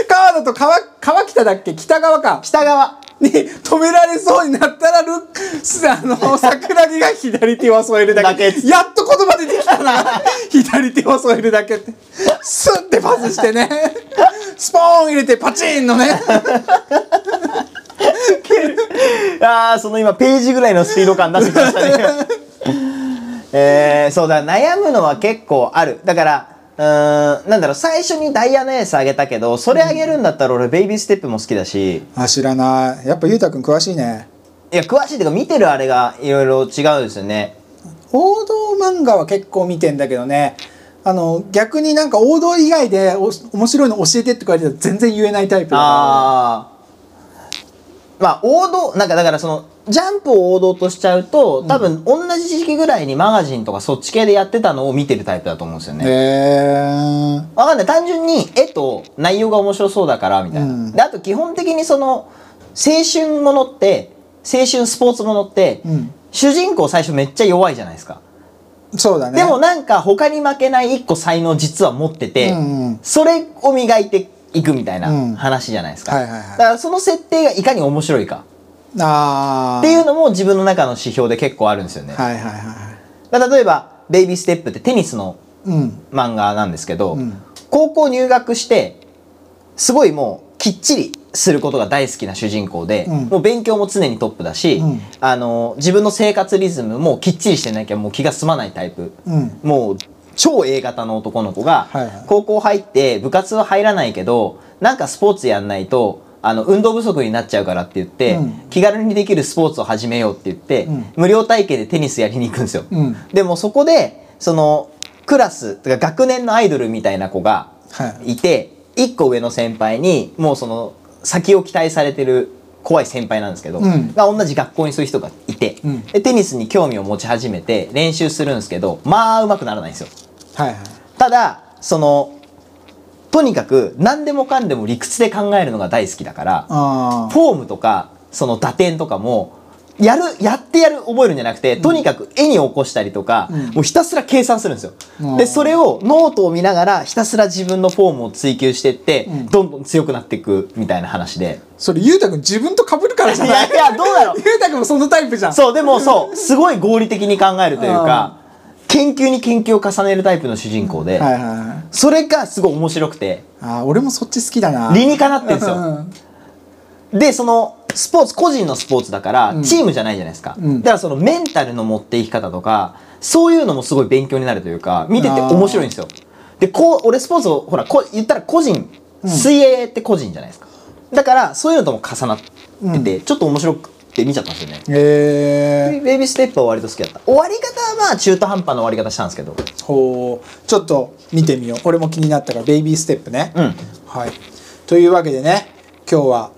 [SPEAKER 1] 川田と川川北だっけ北川か
[SPEAKER 2] 北側
[SPEAKER 1] に止められそうになったらルあ [laughs] の桜木が左手を添えるだけ
[SPEAKER 2] だけ
[SPEAKER 1] やっと言葉出てきた [laughs] な左手を添えるだけってスッてパスしてねスポーン入れてパチンのね
[SPEAKER 2] ああその今ページぐらいのスピード感出してきましたね [laughs] えー、そうだ悩むのは結構あるだからうーんなんだろう最初にダイヤのエースあげたけどそれあげるんだったら俺ベイビーステップも好きだし
[SPEAKER 1] あ知らないやっぱゆうたくん詳しいね
[SPEAKER 2] いや詳しいっていうか見てるあれがいろいろ違うんですよね
[SPEAKER 1] 王道漫画は結構見てんだけどねあの逆になんか王道以外でお面白いの教えてって言われたら全然言えないタイプだか
[SPEAKER 2] ああまあ王道なんかだからそのジャンプを王道としちゃうと多分同じ時期ぐらいにマガジンとかそっち系でやってたのを見てるタイプだと思うんですよ
[SPEAKER 1] ら
[SPEAKER 2] ね
[SPEAKER 1] ねへえ
[SPEAKER 2] わかんない単純に絵と内容が面白そうだからみたいな、
[SPEAKER 1] うん
[SPEAKER 2] であと基本的にその青春ものって青春スポーツものって、
[SPEAKER 1] うん
[SPEAKER 2] 主人公最初めっちゃ弱いじゃないですか、
[SPEAKER 1] そうだね
[SPEAKER 2] でもなんか他に負けない一個才能実は持ってて、
[SPEAKER 1] うんうん
[SPEAKER 2] それを磨いていくみたい
[SPEAKER 1] うん
[SPEAKER 2] な話じゃないですか、
[SPEAKER 1] はいはいはい
[SPEAKER 2] だからその設定がいかに面白いか
[SPEAKER 1] ああ
[SPEAKER 2] っていうのも自分の中の指標で結構あるんですよね、
[SPEAKER 1] はいはいはい
[SPEAKER 2] だから例えば「ベイビーステップ」ってテニスの
[SPEAKER 1] うん
[SPEAKER 2] 漫画なんですけど、
[SPEAKER 1] うん
[SPEAKER 2] 高校入学してすごいもうきっちりすることが大好きな主人公で、
[SPEAKER 1] うん
[SPEAKER 2] もう勉強も常にトップだし、
[SPEAKER 1] うん
[SPEAKER 2] あの自分の生活リズムもきっちりしてなきゃもう気が済まないタイプ、
[SPEAKER 1] うん
[SPEAKER 2] もう超 A 型の男の子が
[SPEAKER 1] はいはい
[SPEAKER 2] 高校入って部活は入らないけどなんかスポーツやんないとあの運動不足になっちゃうからって言って、
[SPEAKER 1] うん
[SPEAKER 2] 気軽にできるスポーツを始めようって言って、
[SPEAKER 1] うん
[SPEAKER 2] 無料体験でテニスやりに行くんですよ。
[SPEAKER 1] うん
[SPEAKER 2] でもそこでそのクラスてか学年のアイドルみたいな子が
[SPEAKER 1] はい
[SPEAKER 2] いて1個上の先輩にもうその先を期待されてる怖い先輩なんですけど、
[SPEAKER 1] うん
[SPEAKER 2] が同じ学校にそういう人がいて、
[SPEAKER 1] うん
[SPEAKER 2] でテニスに興味を持ち始めて練習するんですけどまあ上手くならないんですよ。
[SPEAKER 1] はいはい
[SPEAKER 2] ただそのとにかく何でもかんでも理屈で考えるのが大好きだから、
[SPEAKER 1] ああ
[SPEAKER 2] フォームとかその打点とかもやるやってやる覚えるんじゃなくてとにかく絵に起こしたりとか、
[SPEAKER 1] うん
[SPEAKER 2] もうひたすら計算するんですよ、
[SPEAKER 1] うん
[SPEAKER 2] でそれをノートを見ながらひたすら自分のフォームを追求してって、
[SPEAKER 1] うん
[SPEAKER 2] どんどん強くなっていくみたいな話で
[SPEAKER 1] それゆうたくん自分と被るから
[SPEAKER 2] い
[SPEAKER 1] じゃな
[SPEAKER 2] や
[SPEAKER 1] い
[SPEAKER 2] いやどうだろう
[SPEAKER 1] ゆうたくんもそのタイプじゃん
[SPEAKER 2] [laughs] そうでもそうすごい合理的に考えるというか研究に研究を重ねるタイプの主人公で、
[SPEAKER 1] はいはいはい
[SPEAKER 2] それがすごい面白くて
[SPEAKER 1] ああ俺もそっち好きだな
[SPEAKER 2] 理にかなってんですよ、
[SPEAKER 1] うん
[SPEAKER 2] でそのスポーツ個人のスポーツだから、
[SPEAKER 1] うん
[SPEAKER 2] チームじゃないじゃないですか、
[SPEAKER 1] うん
[SPEAKER 2] だからそのメンタルの持っていき方とかそういうのもすごい勉強になるというか見てて
[SPEAKER 1] あー
[SPEAKER 2] 面白いんですよでこう俺スポーツをほらこ言ったら個人、水泳って個人じゃないですかだからそういうのとも重なってて、ちょっと面白くて見ちゃったんですよね
[SPEAKER 1] へえ
[SPEAKER 2] ベイビーステップは割と好きだった終わり方はまあ中途半端な終わり方したんですけど
[SPEAKER 1] ほうちょっと見てみよう俺も気になったからベイビーステップね、
[SPEAKER 2] うん
[SPEAKER 1] はいというわけでね今日は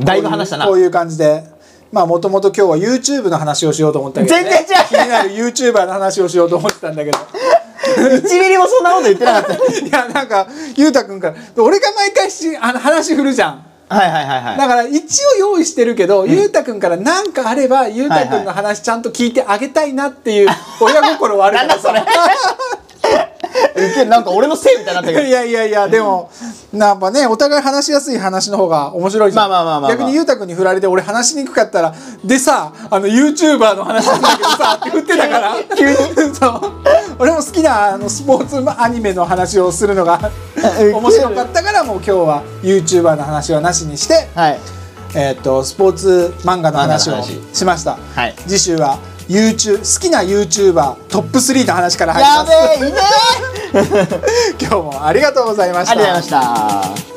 [SPEAKER 2] だいぶ話したな
[SPEAKER 1] こういうこういう感じでまあもともと今日は YouTube の話をしようと思ったけど、ね、
[SPEAKER 2] 全然違う
[SPEAKER 1] 気になる YouTuber の話をしようと思ってたんだけど
[SPEAKER 2] 1ミリもそんなこと言ってなかっ
[SPEAKER 1] [laughs] いやなんか裕太君から俺が毎回しあの話振るじゃん
[SPEAKER 2] たはいはいはい [laughs] はい
[SPEAKER 1] だから一応用意してるけど、ゆうたくんから何かあれば、ゆうたくんの話ちゃんと聞いてあげたいなっていう親心はあるからさ。
[SPEAKER 2] ウケるなんか俺のせいみたいになったけど
[SPEAKER 1] いやいやいや、でも、なんかね、お互い話しやすい話の方が面白いじゃん。
[SPEAKER 2] まあまあまあまあまあ
[SPEAKER 1] 逆にゆうたくんに振られて、俺話しにくかったら、でさ、あの、YouTuber の話なんだけど
[SPEAKER 2] [laughs]
[SPEAKER 1] さ、って振ってたから、急に。そう。俺も好きなあのスポーツアニメの話をするのが面白かったから、もう今日は YouTuber の [laughs] 話はなしにして、
[SPEAKER 2] はい
[SPEAKER 1] えー、とスポーツ漫画の話
[SPEAKER 2] 漫画
[SPEAKER 1] を
[SPEAKER 2] の話
[SPEAKER 1] しました、
[SPEAKER 2] はい
[SPEAKER 1] 次週は YouTube 好きな YouTuber トップ3の話から入りま
[SPEAKER 2] や
[SPEAKER 1] す
[SPEAKER 2] べえいねえ
[SPEAKER 1] [laughs] 今日もありがとうございまし
[SPEAKER 2] ありがとうござい
[SPEAKER 1] た
[SPEAKER 2] ました